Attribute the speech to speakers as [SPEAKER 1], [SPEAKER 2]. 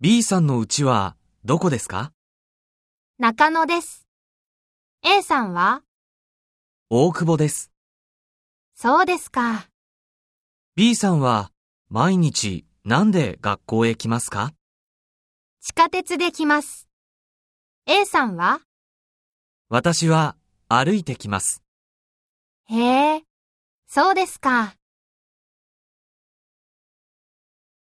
[SPEAKER 1] B さんの家はどこですか
[SPEAKER 2] 中野です。A さんは
[SPEAKER 1] 大久保です。
[SPEAKER 2] そうですか。
[SPEAKER 1] B さんは毎日なんで学校へ来ますか
[SPEAKER 2] 地下鉄で来ます。A さんは
[SPEAKER 1] 私は歩いてきます。
[SPEAKER 2] へえ、そうですか。